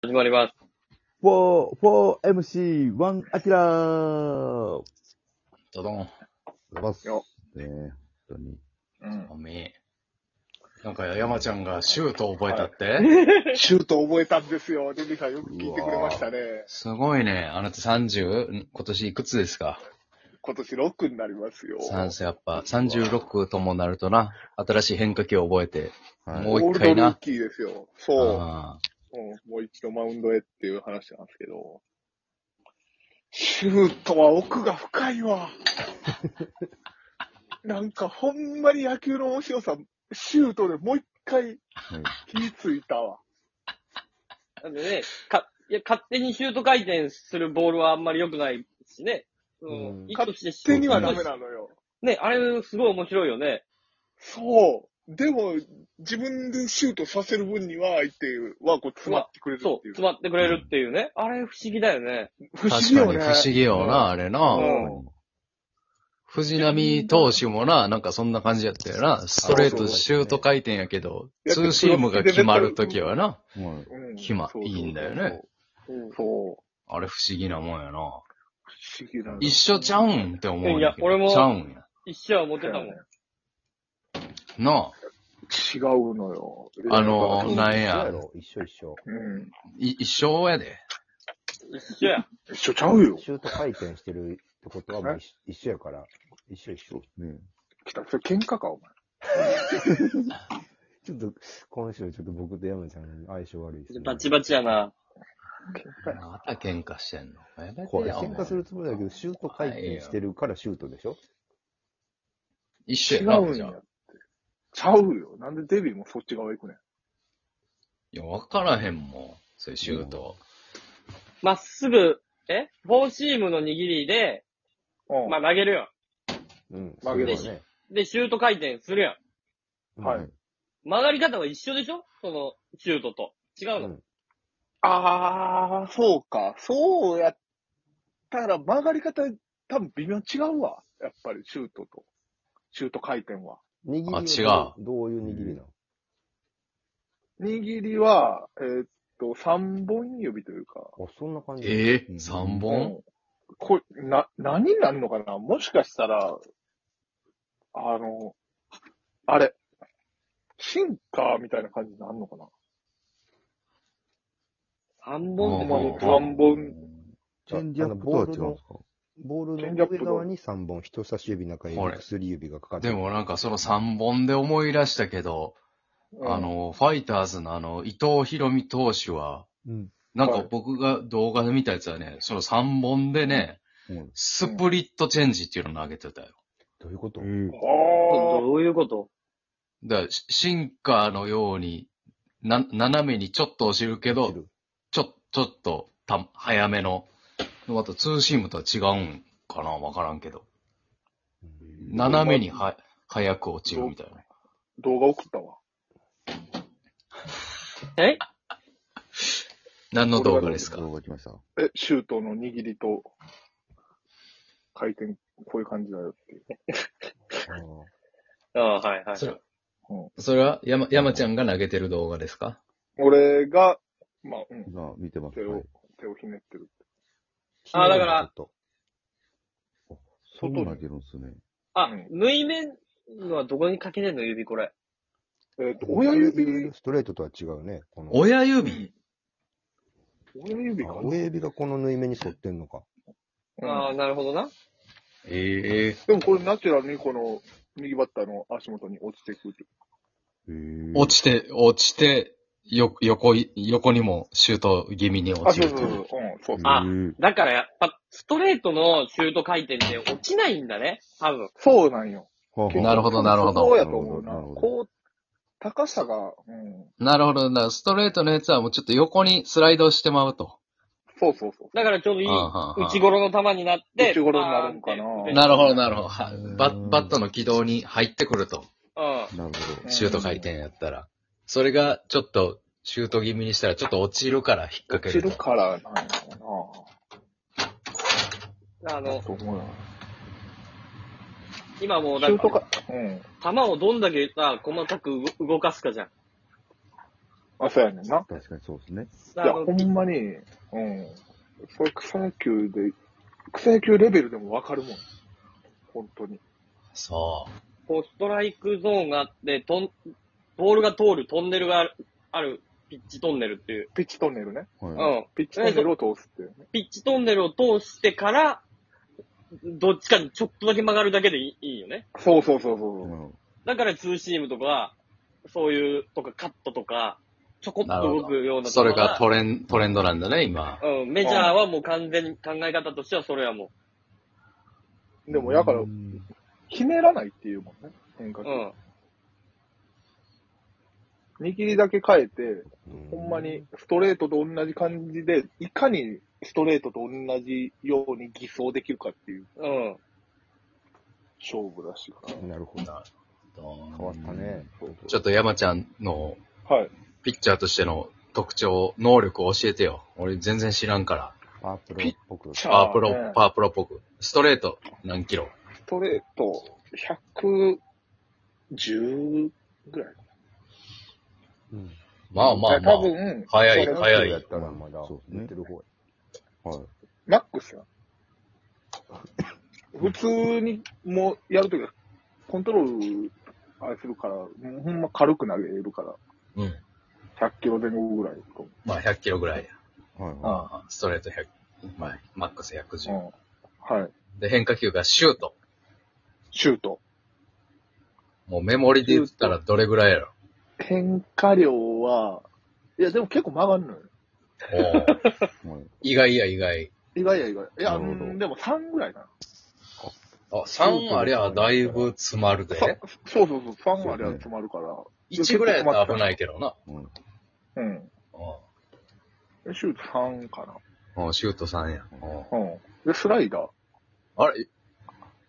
始まります。 4MC1 アキラードドン。やばっすねよ。本当に。うん。おめえ。なんか、山ちゃんがシュート覚えたって、シュート覚えたんですよ。デビさんよく聞いてくれましたね。すごいね。あなた 30? ん今年いくつですか今年6になりますよ。三世やっぱ、36ともなるとな、新しい変化球を覚えて、はいもうゴ一ールド回ルーな。キーですよ。そうあうん。もう一度マウンドへっていう話なんですけど。シュートは奥が深いわ。なんかほんまに野球の面白さ、シュートでもう一回はい火ついたわ。なんでね、か、いや、勝手にシュート回転するボールはあんまり良くないしね。うんう。ん意図してシュー手トにはダメなのよ。ね、あれすごい面白いよね。そう。でも、自分でシュートさせる分には、相手はこう詰まってくれるそうっ、ていう。詰まってくれるっていうね。あれ不思議だよね。不あ。思確議かよにね。不思議よな、あれうな。ん藤浪投手もな、なんかそんな感じやったよな。ストレーそうトそうシュート回転やけど、やツーシームが決まるときはな、はいうん暇そうそうそういいんだよね。うん。そう。あれ不思議なもんやな。不思議なの。一緒ちゃうんって思うんけどいや俺もちゃうんや。一試合は持てたもん。なあ。違うのよ。あのうんなんや。一緒一緒。うん。い一生やで。一緒や。一緒ちゃうよ。シュート回転してるってことはもう一緒一緒やから。一緒一緒。ね来た。それ喧嘩か、お前。ちょっと、今週ちょっと僕と山ちゃんの相性悪いです、ね。バチバチやな。また喧嘩してんの。やめてこうよ。喧嘩するつもりだけど、シュート回転してるからシュートでしょ一違緒やうな、んじゃあやって。ちゃうよ。なんでデビもそっち側行くねん。いや、わからへんもん。そういうシュート。まっすぐ、えフォーシームの握りで、うん。まあ投げるよ。うん。曲げるそうね。で、シュート回転するやん。はいうん曲がり方は一緒でしょその、シュートと。違うの、うんあー、そうか。そうやったら曲がり方、多分微妙に違うわ。やっぱりシュートと。シュート回転は。握りはあどうどういう握りなの握りは、えーっと、3本指というか。あ、そんな感じ。ええうん三う本んこれ、な、何になるのかなもしかしたら、あの、あれ、シンカーみたいな感じになるのかな三う本でんもう三本。チェンジアップとは違うんですかボーチェルンジアのッ上プ側に3本、人差し指、中こ指、れ薬指がかかってでる。もなんかその三本で思い出したけど、うんあの、ファイターズのあの、伊藤博美投手は、うん。なんはかい僕が動画で見たやつはね、その三本でね、うんスプリットチェンジっていうの投げてたよ。どういうことうんあーどういうことだから、シシンカーのように、な、斜めにちょっと落ちるけど、ちょ、ちょっと、た、早めの。また、ツーシームとは違うんかなわからんけど。うん斜めには、早く落ちるみたいな。動画送ったわ。え何の動画ですか動画来ました。え、シュートの握りと、回転、こういう感じだよっていう。ああ、はいはい。それう、それは、山、山ちゃんが投げてる動画ですか俺が、まあ、うん、今見てます。手はをい、手をひねってる。あだから。ちょっそんなん投げるんすね。あ、縫い目のはどこにかけてんの指これ。えーっと、と親指、ストレートとは違うね。この親指親指かあな親指がこの縫い目に沿ってんのか。ああ、なるほどな。ええでもこれナチュラルにこの、右バッターの足元に落ちていくっていう。落ちて、落ちて、よ、横い、横にも、シュート気味に落あ、ちそうるそとういそうう。うん、そうそう。あうんだからやっぱ、ストレートのシュート回転で落ちないんだね。多分。そうなんよ。はなるほどなるほどそうやと思うな。なるほどこう、高さが、うん。なるほど。だからストレートのやつはもうちょっと横にスライドしてまうと。そうそうそう。だからちょうどいい、ああ内頃の球になって、内頃になるのかなバーンってなるほど、なるほど。はバッバットの軌道に入ってくると。うん。なるほうんシュート回転やったら。それが、ちょっと、シュート気味にしたら、ちょっと落ちるから引っ掛落けちると。るからなんやろあうな。の、と思うよ。今もうシだュかートら、か、うん。球をどんだけさ、細かく動動かすかじゃん。あ、そうやねんな。確かにそうですね。いや、ほんまに、うん。それ草野球で、草野球レベルでもわかるもん。本当に。そう。こう、ストライクゾーンがあって、とん、ボールが通るトンネルがある、あるピッチトンネルっていう。ピッチトンネルね。はうい。ん。ピッチトンネルを通すっていうね。ピッチトンネルを通してから、どっちかにちょっとだけ曲がるだけでいいいいよね。そうそうそうそう。うんだからツーシームとか、そういう、とかカットとか、ちょこっなと動るほどくようなそれがとトかレントレンドなんだね、今。うん、メジャーはもう完全に考え方としてはそれはもでも、やからう、んひねらないっていうもんね。変化う。球。うん。握りだけ変えて、ほんまに。にストレートと同じ感じで、いかにストレートと同じように偽装できるかっていううん。勝負らしいかなるほど。変わったね。ちょっと山ちゃんのら。はい。ピッチャーとしての特徴、能力を教えてよ。俺全然知らんから。パープルっぽく。チャパワープロ、ねパワープロっぽく。ストレート何キロストレート110ぐらい。うんまあまあまあ多。分、早いそれ早いやったらまだ、そうね寝てる方はい。マックスや。普通にもうやるときは、コントロールあれするから、もうほんま軽く投げれるから、うん。 100キロ前後ぐらいと思まあ100キロぐらいや。はいはああストレート100、まあ、マックス110。う。うん、はい。で、変化球がシュート。シュート。もうメモリで言ったらどれぐらい やろ。変化量は、いや、でも結構曲がるのよ。おーい。はい意外や意外。意外や意外。いなや、るほどうんでも3ぐらいかな。あ、3ありゃだいぶ詰まるさで。そうそうそう、3割は詰まるから。 1ぐらいやったら危ないけどな。うんうん。シュート3かうんうん。シュート3や。うんな。うん。で、スライダー。あれ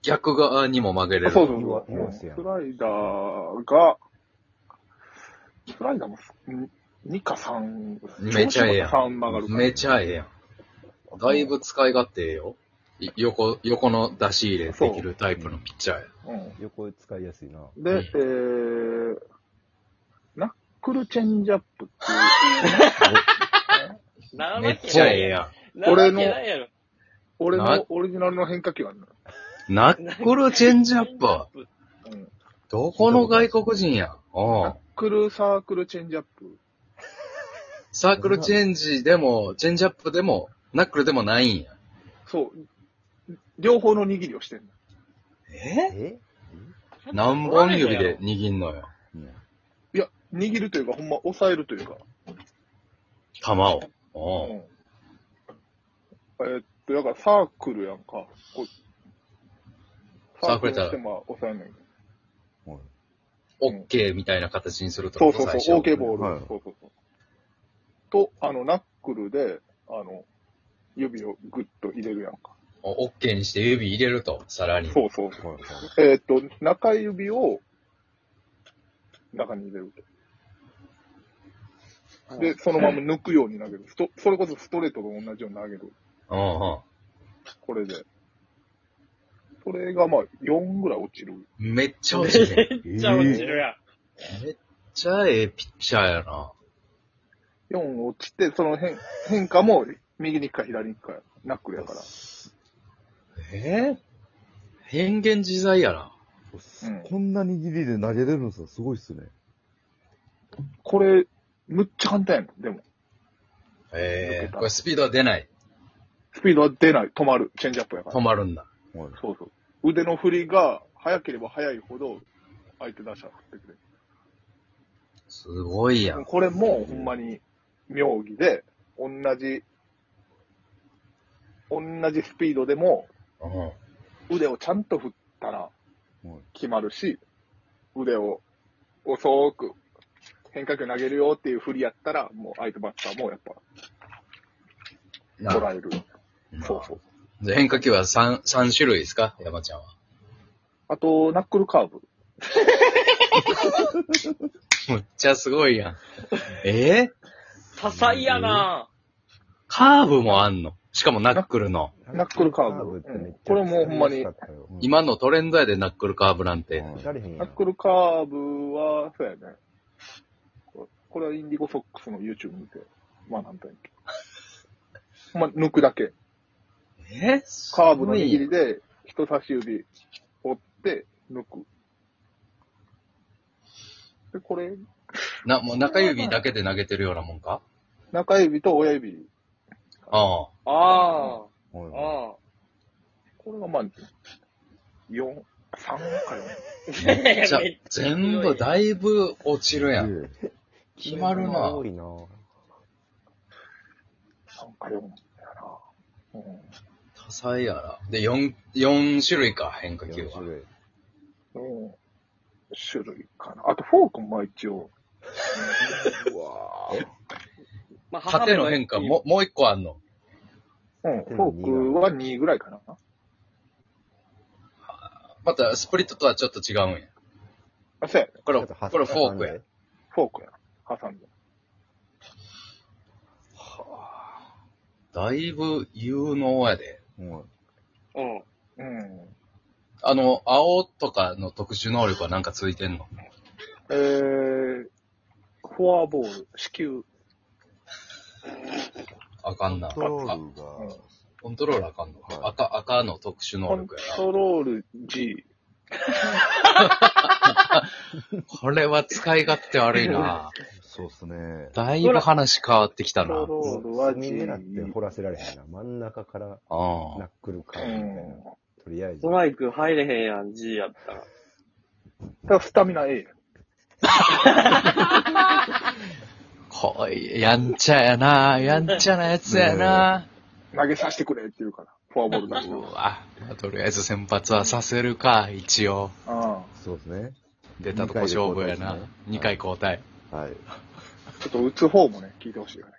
逆側にも曲げれる。そうそうそうううんスライダーが、スライダーも2か3。めちゃええやん3曲がるから。めちゃええやん。だいぶ使い勝手ええよ。い横、横の出し入れできるタイプのピッチャーや。うん。横使いやすいな。で、えー、ナックルチェンジアップっていう。なわけめっちゃええないやなわけないやろ。俺なのオリジナルの変化球があるのよ。ん。ナックルチェンジアップはうん。どこの外国人やおナックルサークルチェンジアップ。サークルチェンジでも、チェンジアップでも、ナックルでもないんや。そう。両方の握りをしてるの。ええ何本指で握んのよ。うんいや、握るというか、ほんま押さえるというか。球を。う。おうんえーっと、だからサークルやんか。こうサークルだサークルにしてまあ押さえない。はいオッケーみたいな形にするってそこうとそう最初そう、OK ボール。はいそうそうそう。と、あの、ナックルで、あの、指をグッと入れるやんか。おオッケーにして指入れると、さらに。そうそう。はいはい。えーっと、中指を中に入れると。で、そのまま抜くように投げる。ストそれこそストレートと同じように投げる。うんうん。これで。それがまあ4ぐらい落ちる。めっちゃ落ちて る。めっちゃ落ちるやん。めっちゃええピッチャーやな。 4落ちて、その変変化も右に1回左に1回、ナックルやから。え変幻自在やな。うんこんな握りで投げれるのさ、すごいっすね。これ、むっちゃ簡単やん。でも、ええこれスピードは出ない。スピードは出ない。止まる。チェンジアップやから止。まるんだ。はい。そうそう。腕の振りが速ければ速いほど、相手打者振ってくれるすごいやん。これも、ほんまに、妙義で、同じ、同じスピードでも、うん腕をちゃんと振ったらはい決まるし、腕を遅く変化球投げるよっていう振りやったら、もう相手バッターもやっぱな捉える。そうそう。で変化球は3、三種類ですか山 ちゃんは。あと、ナックルカーブ。むっちゃすごいやん。え え多彩やなカーブもあんの。しかもナックルの。ナックルカーブってめっちゃこれもうほんま使にいやすかったよ今のトレンドやで、ナックルカーブなんて。はい打たれへんやナッん。クルカーブは、そうやね。これはインディゴソックスの YouTube 見て、まあなんとなく。まあ抜くだけ。えカーブの握りで人差し指折って抜く。で、これ、な、もう中指だけで投げてるようなもんか中指と親指。ああ。ああ、はい。ああ。これがまあ、四三かよ。め っちゃ、全部だいぶ落ちるやん。で決まるな。多いな。三か四やな。うん多彩やな。で、4、四種類か、変化4球は。種類。の種類かな。あと、フォークもまあ一応。まあ縦の変化、も、もう一個あんの。うん、フォークは2ぐらいかな。また、スプリットとはちょっと違うんや。あ、そうや、これ、ちょっと挟んでこれフォークや。。フォークや。挟んで。だいぶ有能やで。はい。うん。うん。あの、青とかの特殊能力はなんかついてんのえー、フォアボール、四球。あかんな。あコントロあールが、コントロールあかんのか。はい赤、赤の特殊能コン力やな。トロール G。これは使い勝手悪い な。そうっすね。だいぶ話変わってきたコンな。トロールは隅 G。狙って掘らせられへんな。真ん中からあナあ。ックルカうーブみたいな。ん。とりあえスずト。ライク入れへんやん、G やったら。だからスタミナ A。こい、やんちゃやな。やんちゃなやつやな。投げさせてくれって言うから。フォアボール出しうわ。まあとりあえず先発はさせるか、一応。た。うん。そうですね。出たとこ勝負やな。2二回回交代。はい。ちょっと打つ方もね、聞いてほしいよね。